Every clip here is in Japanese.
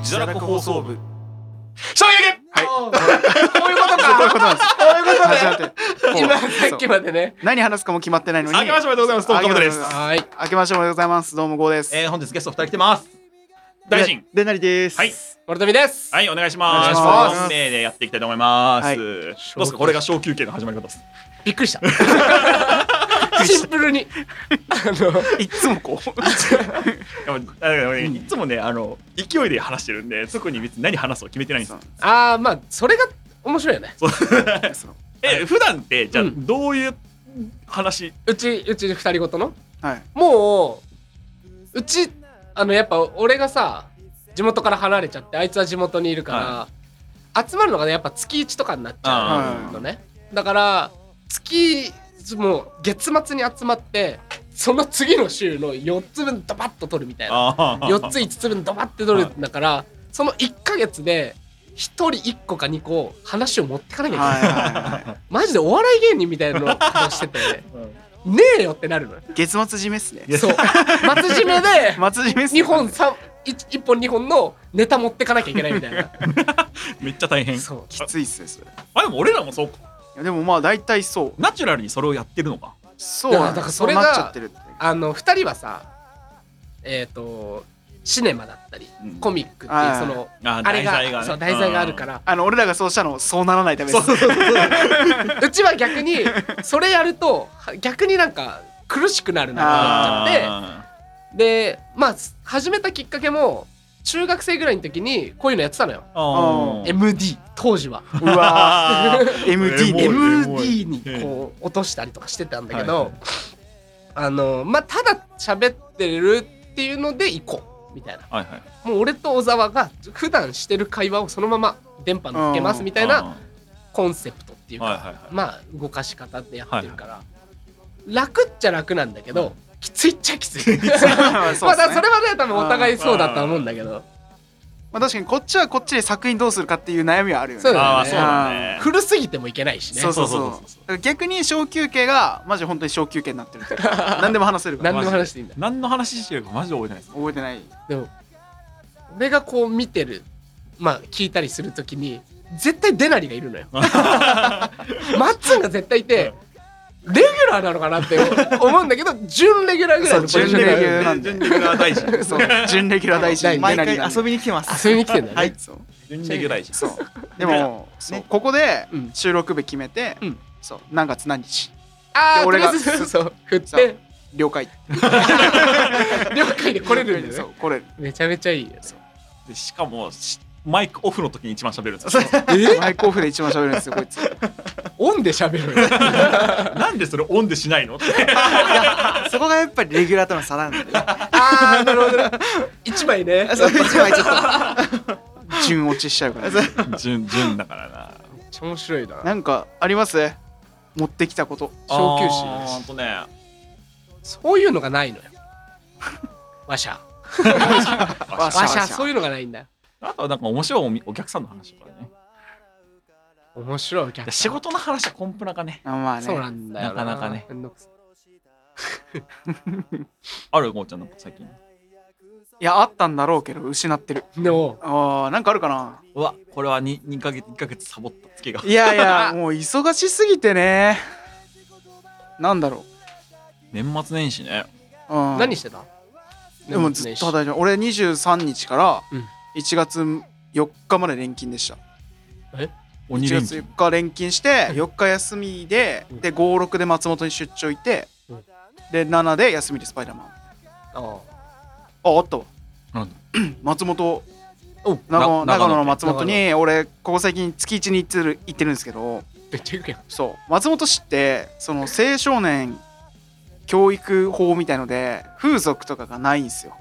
自堕落放送部衝撃はいこういうことそういうかことなんですこういうこと始まっねて 今こうさっきそうまでね何話すかも決まってないのに明けましておめでとうございますトークカブトですはい明けましておめでとうございますどうもゴーです、えー、本日ゲスト2人来てます大臣でなりですはい丸富ですはいお願いしますお願いします4名でやっていきたいと思います、はいどうですかこれが小休憩の始まり方ですびっくりしたシンプル にあのいつもこうでもあでもねいつもねあの勢いで話してるんで特に別に何話すを決めてないんですよあーまあそれが面白いよねそう え普段ってじゃあうんどういう話、うちうち二人ごとのはいもううちあのやっぱ俺がさ地元から離れちゃってあいつは地元にいるから、集まるのがねやっぱ月1とかになっちゃうのね、だから月もう月末に集まってその次の週の4つ分ドバッと取るみたいなああ4つ5つ分ドバッて取るんだから、その1ヶ月で1人1個か2個話を持ってかなきゃいけない、はいはいはマジでお笑い芸人みたいなのをしててねえよってなるのよい月末締めっすねそう松締めで末締めっすね2本三一一本2本のネタ持ってかなきゃいけないみたいな めっちゃ大変そうきついっすねそれいあでも俺らもそうかやでもまあ大体そうナチュラルにそれをやってるのかそうだからだからそれがうなっちゃってるってあの2人はさえっ、とシネマだったりうんコミックっていはういそのああーれ題材ががねそう題材があるからあの俺らがそうしたのそうならないためでそうそすうそうそううちは逆にそれやるとは逆になんか苦しくなるなって思っちゃっあてでまあ始めたきっかけも中学生ぐらいの時にこういうのやってたのよー あー MD 当時はうわー MD エモいね MD にこう落としたりとかしてたんだけど、はいはいあのまあただ喋ってるっていうので行こうみたいなはいはいもう俺と小沢が普段してる会話をそのまま電波乗っけますみたいなあコンセプトっていうーか、はいはいはいまあ動かし方でやってるから、楽っちゃ楽なんだけど、うんきついっちゃ きついまあそうまっあすねだそれはね多分お互いそうだとは思うんだけどまあ確かにこっちはこっちで作品どうするかっていう悩みはあるよねそうだよねあーそうだね古すぎてもいけないしねそうそうそうそうそうそうそうだから逆に小休憩がマジ本当に小休憩になってるっていうか何でも話せるから何でも話していいんだ何の話してるかマジで覚えてないです覚えてないでも俺がこう見てるまあ聞いたりするときに絶対デナリがいる のよマッツンが絶対いてレギュラーなのかなって 思うんだけど準レギュラーぐらいのそう準ポジションレギュラーなんで準レギュラー大臣そう準レギュラー大臣毎なり回なんで遊びに来てます。遊びに来てんだよね、はいそう準レギュラー大臣そうでもそうここでうん収録日決めてうんそう何月何日ああで俺俺ががそうそう振っそうて了解了解で来れるんだそようね来れるめちゃめちゃいいよでしかもしマイクオフの時に一番喋るんですそようえマイクオフで一番喋るんですよこいつオンで喋 るよなんでそれオンでしないのってそこがやっぱりレギュラーとの差なんでね。 ああなるほどね一枚ねそれ一枚ちょっ順落ちしちゃうから準準だからなめっちゃ面白いななんかあります持ってきたこと小休止止ほんとねそういうのがない のよわしゃわわしゃそういうのがないんだよあとはなんか面白いおみお客さんの話とかね面白いお客さでん仕事の話はコンプラがねあまあそうねなんだよなかなかねめんどくさあるよゴーちゃんなんか最近いやあったんだろうけど失ってるいでもあーなんかあるかなうわこれは 2, 二ヶ月1ヶ月サボった月がいやい やもう忙しすぎてねなんだろ年末年始ねう、うん、何してたでもずっと働いてる俺23日からうん1月4日まで連勤でした鬼1連月休4日連勤して4日休みでうんで56で松本に出張行ってうんで7で休みでスパイダーマンあああったわなんだ松本お長野な長長野野のね松本に俺ここ最近月1に行ってる行ってるんですけどめっちゃ行くやんそう松本市ってその青少年教育法みたいので風俗とかがないんですよ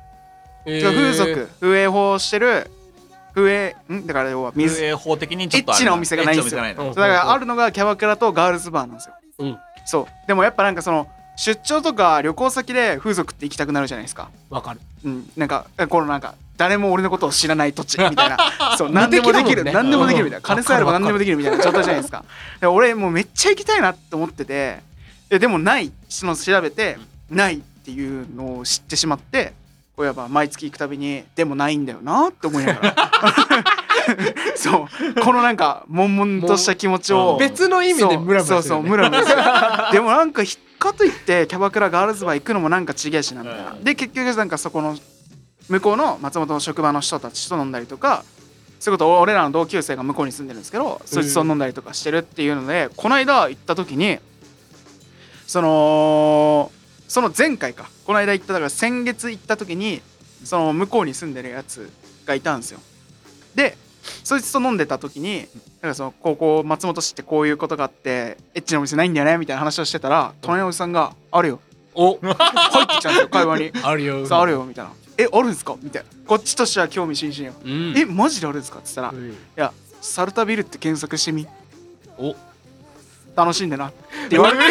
えじゃあ風俗風営法してる風営んだから要は水水泳法的にちょっとあれエッチなお店がないんですよエッチなお店がないのうんそうだからあるのがキャバクラとガールズバーなんですよ、うんそうでもやっぱなんかその出張とか旅行先で風俗って行きたくなるじゃないですかわかるうんなんかえこのなんか誰も俺のことを知らない土地み たいなそう何でもできる無敵だもんね何でもできるみたいな、うん金さえあればわか何でるもできるみたいな状態じゃないですかで俺もうめっちゃ行きたいなって思ってていやでもないその調べてないっていうのを知ってしまってこうやっぱ毎月行くたびにでもないんだよなって思いなが らそうこのなんか悶々とした気持ちもをう別の意味でムラムラする、そうそうね、そうムラムラするでもなんかひかといってキャバクラガールズバー行くのもなんかちげえしなみたいな、うで結局なんかそこの向こうの松本の職場の人たちと飲んだりとかそういうこと俺らの同級生が向こうに住んでるんですけどそいつと飲んだりとかしてるっていうので、この間行った時にそのその前回かこの間行っただから先月行った時にその向こうに住んでるやつがいたんですよでそいつと飲んでた時になんかその高校松本市ってこういうことがあってエッチなお店ないんだよねみたいな話をしてたら隣のおじさんが「あるよ」お入ってきたんですよ会話にある「よそうあるよ」みたいな「えあるんですか?」みたいなこっちとしては興味津々よう「んえマジであるんですか?」って言ったら「ういんやサルタビルって検索してみお楽しんでな」って言われて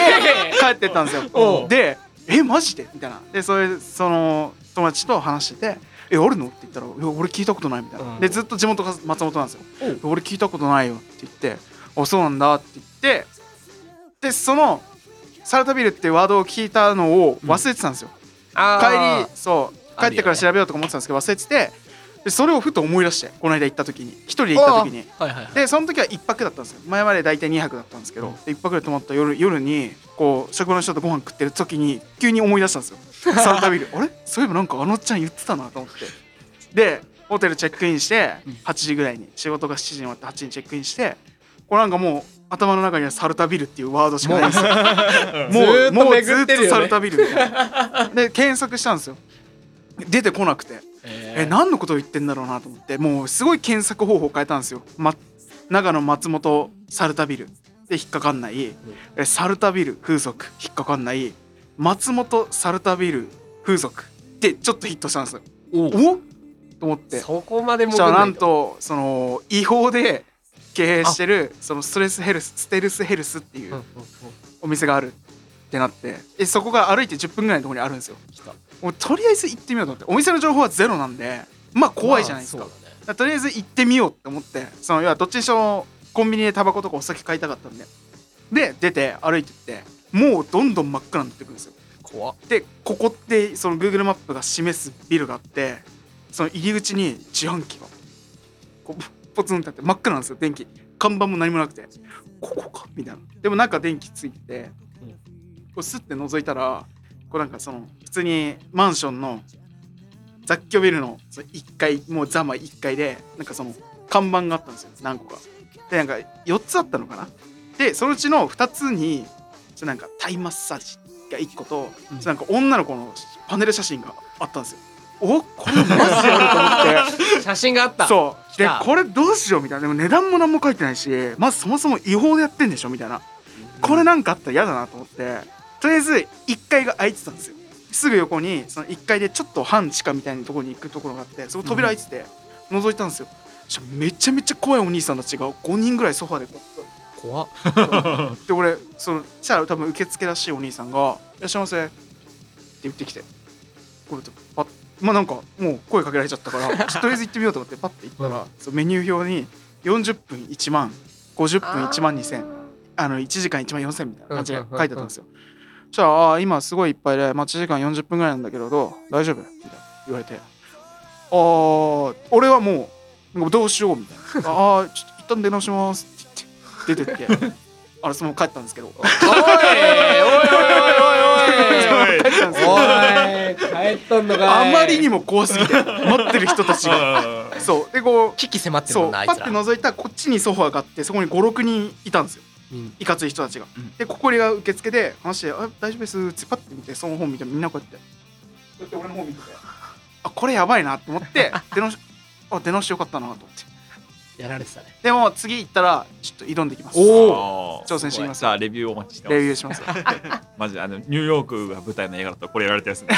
帰ってったんですおようで「えマジで?」みたいなでそれその友達と話してて「えあるの?」って言ったら「いや俺聞いたことない」みたいなうんでずっと地元が松本なんですよおう「俺聞いたことないよ」って言って「あそうなんだ」って言ってでそのサルタビルってワードを聞いたのを忘れてたんですよ、帰りそう帰あるよねってから調べようとか思ってたんですけど忘れててでそれをふと思い出してこの間行った時に一人で行った時にはいはいはいでその時は1泊だったんですよ前まで大体2泊だったんですけど、で1泊で泊まった夜夜にこう職場の人とご飯食ってる時に急に思い出したんです よサルタビルあれそういえばなんかあのおっちゃん言ってたなと思ってでホテルチェックインして8時ぐらいに仕事が7時に終わって8時にチェックインしてこうなんかもう頭の中にはサルタビルっていうワードしかないんですよ もうずーっともうず巡ーっってるよねとサルタビルみたいなで検索したんですよ出てこなくてええ何のことを言ってんだろうなと思ってもうすごい検索方法を変えたんですよ、ま、長野松本サルタビルで引っかかんない、えサルタビル風俗引っかかんない松本サルタビル風俗でちょっとヒットしたんですよおうおと思ってそそこまでもしたらなんとその違法で経営してるそのストレスヘルスステルスヘルスっていううんうんうお店があるってなってえそこが歩いて10分ぐらいのところにあるんですよ来たもうとりあえず行ってみようと思ってお店の情報はゼロなんでまあ怖いじゃないですかまあそうだねだからとりあえず行ってみようって思ってその要はどっちにしろコンビニでタバコとかお酒買いたかったんでで出て歩いてってもうどんどん真っ暗になってくるんですよ怖っでここってその Google マップが示すビルがあってその入り口に自販機がこうポツンってあって真っ暗なんですよ電気看板も何もなくてここかみたいなでもなんか電気ついててうんこうスッて覗いたらこうなんかその普通にマンションの雑居ビルのその1階もうざま1階でなんかその看板があったんですよ何個かでなんか4つあったのかなでそのうちの2つにそのなんかタイマッサージが1個と、うんそのなんか女の子のパネル写真があったんですよおこれマジであると思って 写真があったそうで来たこれどうしようみたいなでも値段も何も書いてないしまずそもそも違法でやってんでしょみたいなこれなんかあったら嫌だなと思ってとりあえず1階が空いてたんですよすぐ横にその1階でちょっと半地下みたいなところに行くところがあってそこ扉開いてて覗いたんですよ、そしたらめちゃめちゃ怖いお兄さんたちが5人ぐらいソファでこう怖っで俺そのしたら多分受付らしいお兄さんが「いらっしゃいませ」って言ってきてこれとパッまあなんかもう声かけられちゃったからちょっととりあえず行ってみようと思ってパッて行ったら、そのメニュー表に40分1万50分1万2000あの1時間1万4000みたいな感じで書いてあったんですよ。そしたらあー今すごいいっぱいで待ち時間40分ぐらいなんだけどどう大丈夫?」みたいな言われて「あー俺はもうなんかどうしよう」みたいな「ああちょっと一旦出直します」って言って出てって。あれそのまま帰ったんですけどおいおいおいおいおいおい おい帰ったんですけど帰っとんのかいあまりにも怖すぎて待ってる人たち がそうでこ危機迫っうてるもそんうなパあいッつてら覗いたらこっちにソファーがあってそこに56人いたんですようんいかつい人たちが、うんでここが受付で話して「あ大丈夫です」ってパッて見てその本見てみんなこうやってこうやって俺の本見ててあこれやばいなと思 って出直しあ出直してよかったなと思ってやられてたねでも次行ったらちょっと挑んできま すお挑戦してみますさあレビューお待ちしてまレすビューし ますマジあのニューヨークが舞台の映画だったらこれやられた やつねあ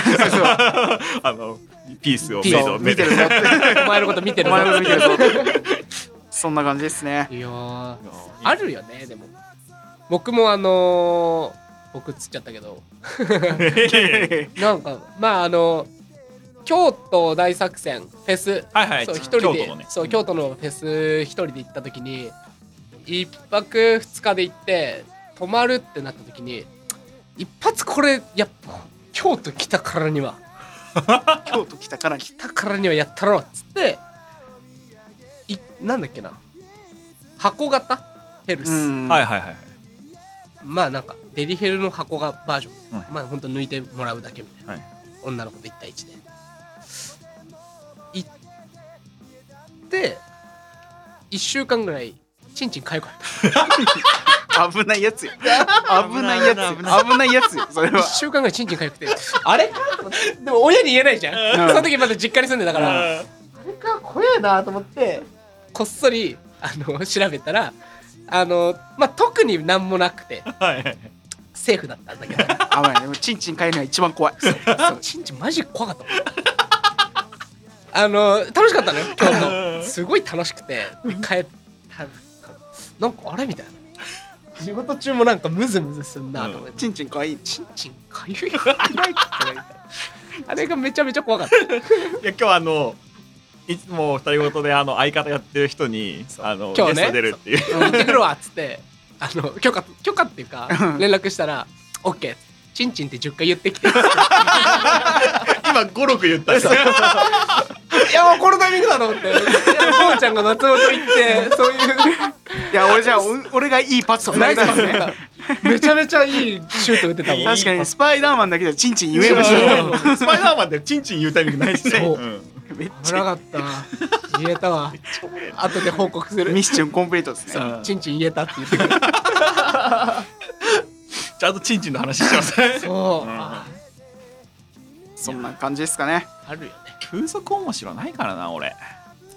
のピースをピ見ースるをと見てるぞってお前のこと見てるおぞ前も見てるぞって そんな感じですねいやーああるよねでも僕もあのー僕つっちゃったけどるなんかまああの京都大作戦フェス はいはいそう一京人都でのねそう京都のフェス一人で行った時に一泊二日で行って泊まるってなった時に一発これやっぱ京都来たからには京都来たからに来たからにはやったろっつっていなんだっけな箱型ヘルス、うんはいはいはいまあなんかデリヘルの箱がバージョン、はいまあほんと抜いてもらうだけみたいはな、い女の子と1対1で行って1週間ぐらいチンチンかゆかった危ないや つよ危ないやつよ危危ないやつよそれ1は週間ぐらいチンチンかゆくて あれでも親に言えないじゃん、うんその時まだ実家に住んでたから、ああれか怖えなと思ってこっそりあの調べたらあの、まあ、特になんもなくてーはいはいセーフだったんだけど危ないでもチンチン変えるのが一番怖いそうちんちんマジで怖かったもんあの楽しかった のよ京うん都すごい楽しくてで帰ったなんかあれみたいな仕事中もなんかムズムズすんなと思って、チンチン可愛いちんちんかゆいよあれがめちゃめちゃ怖かったいや今日あのいつも二人ごとであの相方やってる人にあの今日ねゲスト出るっていう行ってくるわっつってあの許可許可っていうか連絡したら「OK チンチンって10回言って きて」今五六言ったんですよいやもうこのタイミングだと思っていやもうちゃんが松本行ってそういういや俺じゃあお俺がいいパスを投げナイスたパんですねスね めちゃめちゃいいシュート打ってたもん確かにスパイダーマンだけじゃチンチン言えましそうょスパイダーマンってチンチン言うタイミングないっすねそううんめっ危ちなゃかった言えたわ後で報告するミッションコンプリートですねチンチン言えたって言ってくるちゃんとチンチンの話してますねそううんあそんな感じですかねあるよね 風俗面白ないからな俺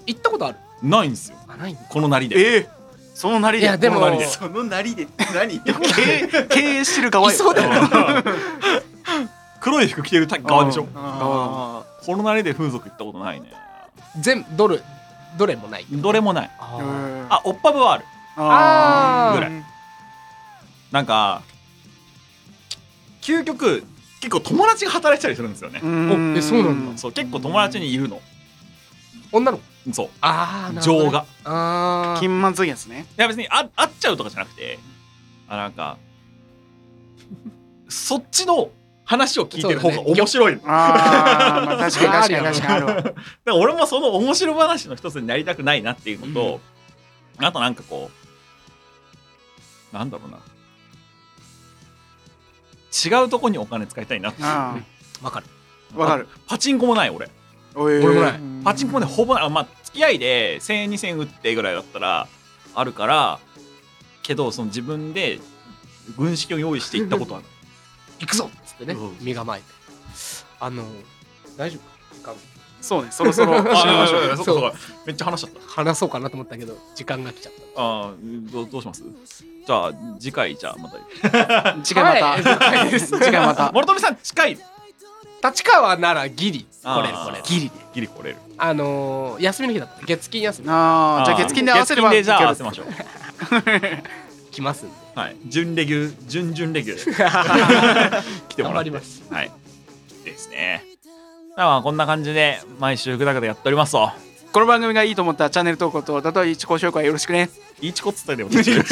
行ったことあるないんですよあないんだこのなりでええそのなりいやでもこのなりでそのなりで 何経営経営してる側いそうだよね 黒い服着てる側でしょあこのなりで風俗行ったことないね全部どれどれもないどれもないあああオッパブはあるあーぐらいなんか究極結構友達が働いてたりするんですよねう、んおえそうなんそう結構友達にいるの女の子そうああなるほど情ねがああ金満足やつねいや別にあ会っちゃうとかじゃなくてあなん かそっちの話を聞いてる方が面白いの、あーまあ確かに確かに確かにあるわだから俺もその面白話の一つになりたくないなっていうのと、あとなんかこうなんだろうな違うとこにお金使いたいなってあわかるあわかるパチンコもない俺俺俺もないパチンコもねほぼないあまあ付き合いで1000円2000円打ってぐらいだったらあるからけどその自分で軍資金を用意していったことはない行くぞっつってねうん身構えてあの大丈夫か時間そうねそろそろあ締めましょうああああそうかそうかめっちゃ話しちゃった話そうかなと思ったけど時間が来ちゃっああどうどうしますじゃあ次回じゃあまた次回またはい次回ま た諸富さん近いた立川ならギリあー来れる来れるギリギリ来れるあのー休みの日だった月金休みああじゃあ月金で合わせれば月金でじゃあ合わせましょう来ますんではい準レギュ準々レギュで 来ても頑らって張りますはいですねまあこんな感じで毎週ぐだぐだやっておりますとこの番組がいいと思ったらチャンネル登録とだと一高紹介よろしくねいちこっつったでも私こ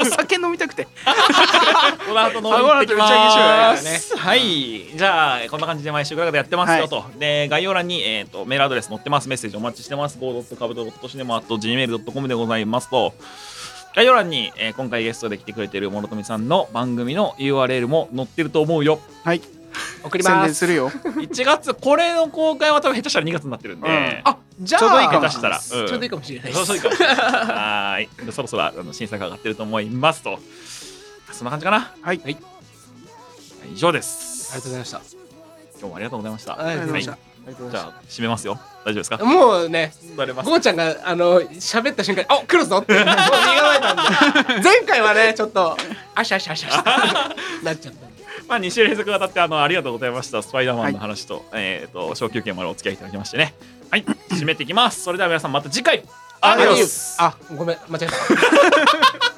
お酒飲みたくての後飲み行ってきますはいじゃあこんな感じで毎週ぐだぐだやってますよと、で概要欄に、えー、とメールアドレス載ってますメッセージお待ちしてます go.株.toshinem.gmail.com でございますと概要欄に、えー今回ゲストで来てくれてる諸富さんの番組の URL も載ってると思うよはい送り宣ま伝すするよ1月これの公開は多分下手したら2月になってるんで、うんあじゃあちょうどいいか下も手したら、うんちょうどいいかもしれないでそうすそういいかもしれないはーいそろそろあの新作上がってると思いますとそんな感じかなはいはい以上でありがとうごすざいました今日もありがとうございましたありがとうございましたはじゃあ締めますよ大丈夫ですかもうね座れますゴーちゃんがあの喋った瞬間に「あ来る ぞ!」ってもう身構えた んで前回はねちょっと「あしゃあしゃあしゃあし ゃ」なっちゃったんでまあ2週連続当たってあのありがとうございましたスパイダーマンの話と、えっ、と昇級券までお付き合いいただきましてねはい締めていきますそれでは皆さんまた次回アディオスあごめん間違えた